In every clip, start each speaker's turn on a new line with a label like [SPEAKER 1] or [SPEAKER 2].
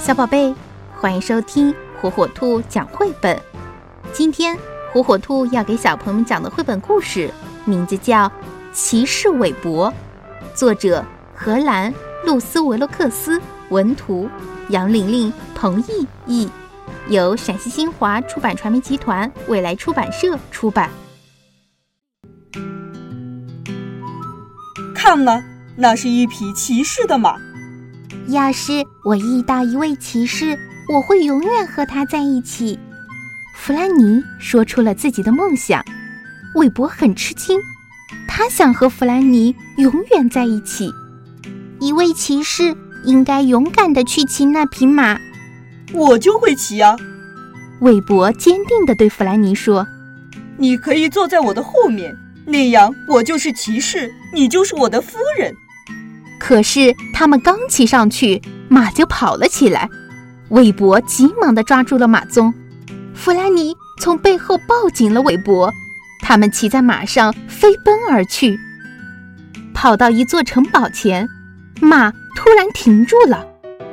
[SPEAKER 1] 小宝贝，欢迎收听火火兔讲绘本。今天火火兔要给小朋友们讲的绘本故事，名字叫《骑士韦伯》，作者荷兰露丝·维洛克斯，文图杨玲玲、彭毅译，由陕西新华出版传媒集团未来出版社出版。
[SPEAKER 2] 看了，那是一匹骑士的马。
[SPEAKER 3] 要是我遇到一位骑士，我会永远和他在一起。
[SPEAKER 1] 弗兰尼说出了自己的梦想，韦伯很吃惊，他想和弗兰尼永远在一起。
[SPEAKER 3] 一位骑士应该勇敢地去骑那匹马。
[SPEAKER 2] 我就会骑啊！
[SPEAKER 1] 韦伯坚定地对弗兰尼说
[SPEAKER 2] 你可以坐在我的后面，那样我就是骑士，你就是我的夫人。：“
[SPEAKER 1] 可是他们刚骑上去，马就跑了起来。”韦伯急忙地抓住了马鬃，弗兰尼从背后抱紧了韦伯，他们骑在马上飞奔而去。跑到一座城堡前，马突然停住了，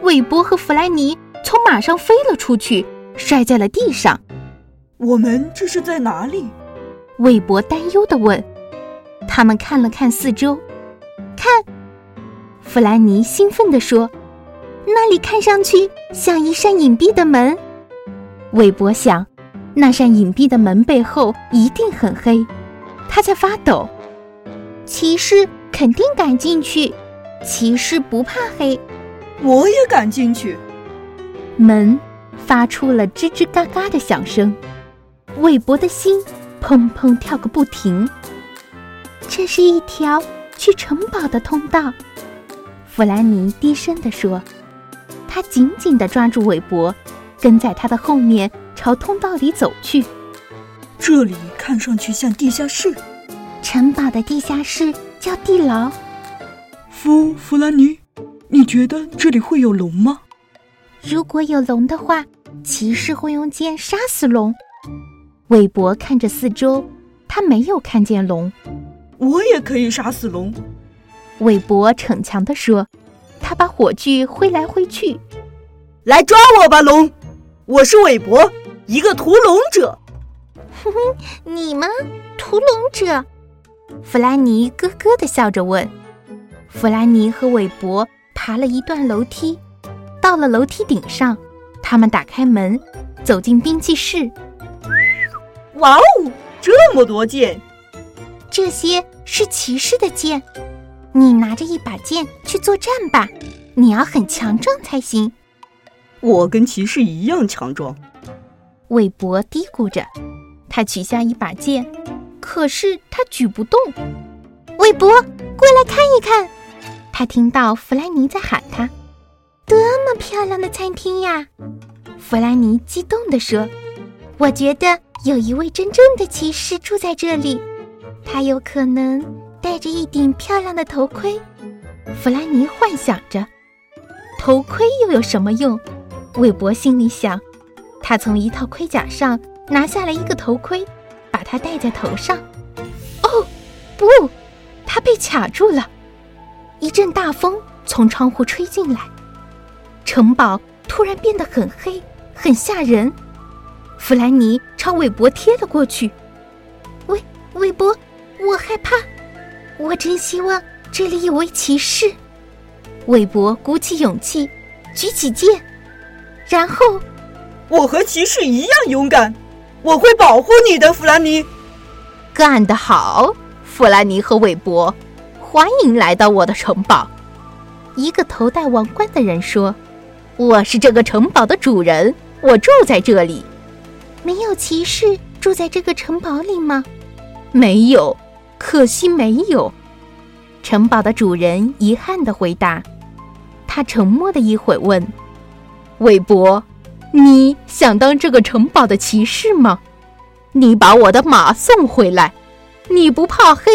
[SPEAKER 1] 韦伯和弗兰尼从马上飞了出去，摔在了地上。
[SPEAKER 2] 我们这是在哪里？
[SPEAKER 1] 韦伯担忧地问。他们看了看四周，看，弗兰尼兴奋地说：“
[SPEAKER 3] 那里看上去像一扇隐蔽的门。
[SPEAKER 1] 韦伯想，那扇隐蔽的门背后一定很黑，他在发抖。
[SPEAKER 3] 骑士肯定敢进去，骑士不怕黑。
[SPEAKER 2] 我也敢进去。
[SPEAKER 1] 门发出了吱吱嘎嘎的响声，韦伯的心砰砰跳个不停。
[SPEAKER 3] 这是一条去城堡的通道。
[SPEAKER 1] 弗兰尼低声地说，他紧紧地抓住韦伯，跟在他的后面朝通道里走去。
[SPEAKER 2] 这里看上去像地下室。
[SPEAKER 3] 城堡的地下室叫地牢，
[SPEAKER 2] 弗弗兰尼，你觉得这里会有龙吗？
[SPEAKER 3] 如果有龙的话，骑士会用剑杀死龙。
[SPEAKER 1] 韦伯看着四周，他没有看见龙。
[SPEAKER 2] 我也可以杀死龙。
[SPEAKER 1] 韦伯逞强地说：“他把火炬挥来挥去。
[SPEAKER 2] 来抓我吧，龙！我是韦伯，一个屠龙者。
[SPEAKER 3] 你吗，屠龙者？”
[SPEAKER 1] 弗兰尼咯咯地笑着问：“弗兰尼和韦伯爬了一段楼梯，到了楼梯顶上，他们打开门，走进兵器室。
[SPEAKER 2] 哇哦，这么多剑！
[SPEAKER 3] 这些是骑士的剑，你拿着一把剑去作战吧，你要很强壮才行。
[SPEAKER 2] 我跟骑士一样强壮。
[SPEAKER 1] 韦伯嘀咕着，他取下一把剑，可是他举不动。
[SPEAKER 3] 韦伯，过来看一看，
[SPEAKER 1] 他听到弗兰尼在喊他。
[SPEAKER 3] 那么漂亮的餐厅呀！
[SPEAKER 1] 弗兰尼激动地说
[SPEAKER 3] 我觉得有一位真正的骑士住在这里，他有可能戴着一顶漂亮的头盔。：“
[SPEAKER 1] 弗兰尼幻想着，头盔又有什么用？”韦伯心里想。他从一套盔甲上拿下来一个头盔，把它戴在头上。哦，不！他被卡住了。一阵大风从窗户吹进来，城堡突然变得很黑，很吓人。弗兰尼朝韦伯贴了过去。
[SPEAKER 3] 韦伯，我害怕，我真希望这里有位骑士。
[SPEAKER 1] 韦伯鼓起勇气，举起剑，
[SPEAKER 3] 然后
[SPEAKER 2] 我和骑士一样勇敢，我会保护你的，弗兰尼。
[SPEAKER 1] 干得好，弗兰尼和韦伯，欢迎来到我的城堡。一个头戴王冠的人说：“我是这个城堡的主人，我住在这里。
[SPEAKER 3] 没有骑士住在这个城堡里吗？
[SPEAKER 1] 没有，可惜没有。”城堡的主人遗憾地回答。他沉默了一会，问：“韦伯，你想当这个城堡的骑士吗？你把我的马送回来，你不怕黑，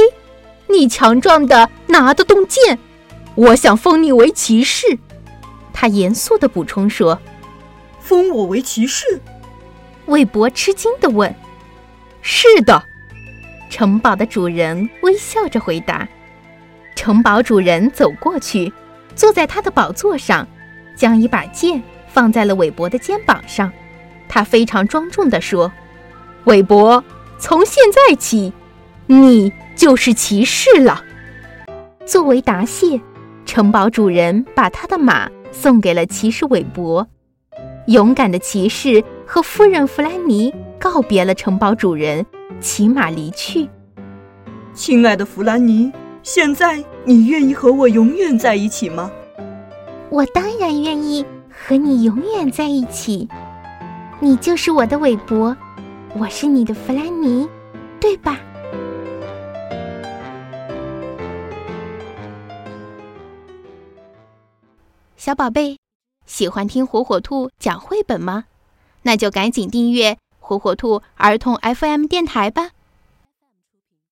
[SPEAKER 1] 你强壮的拿得动剑，我想封你为骑士。”他严肃地补充说。
[SPEAKER 2] 封我为骑士？
[SPEAKER 1] 韦伯吃惊地问：“是的。”城堡的主人微笑着回答。城堡主人走过去，坐在他的宝座上，将一把剑放在了韦伯的肩膀上。他非常庄重地说：“韦伯，从现在起，你就是骑士了。”作为答谢，城堡主人把他的马送给了骑士韦伯。勇敢的骑士和夫人弗兰尼告别了城堡主人，骑马离去。
[SPEAKER 2] 亲爱的弗兰尼，现在你愿意和我永远在一起吗？
[SPEAKER 3] 我当然愿意和你永远在一起。你就是我的韦伯，我是你的弗兰尼，对吧？
[SPEAKER 1] 小宝贝，喜欢听火火兔讲绘本吗？那就赶紧订阅火火兔儿童 FM 电台吧。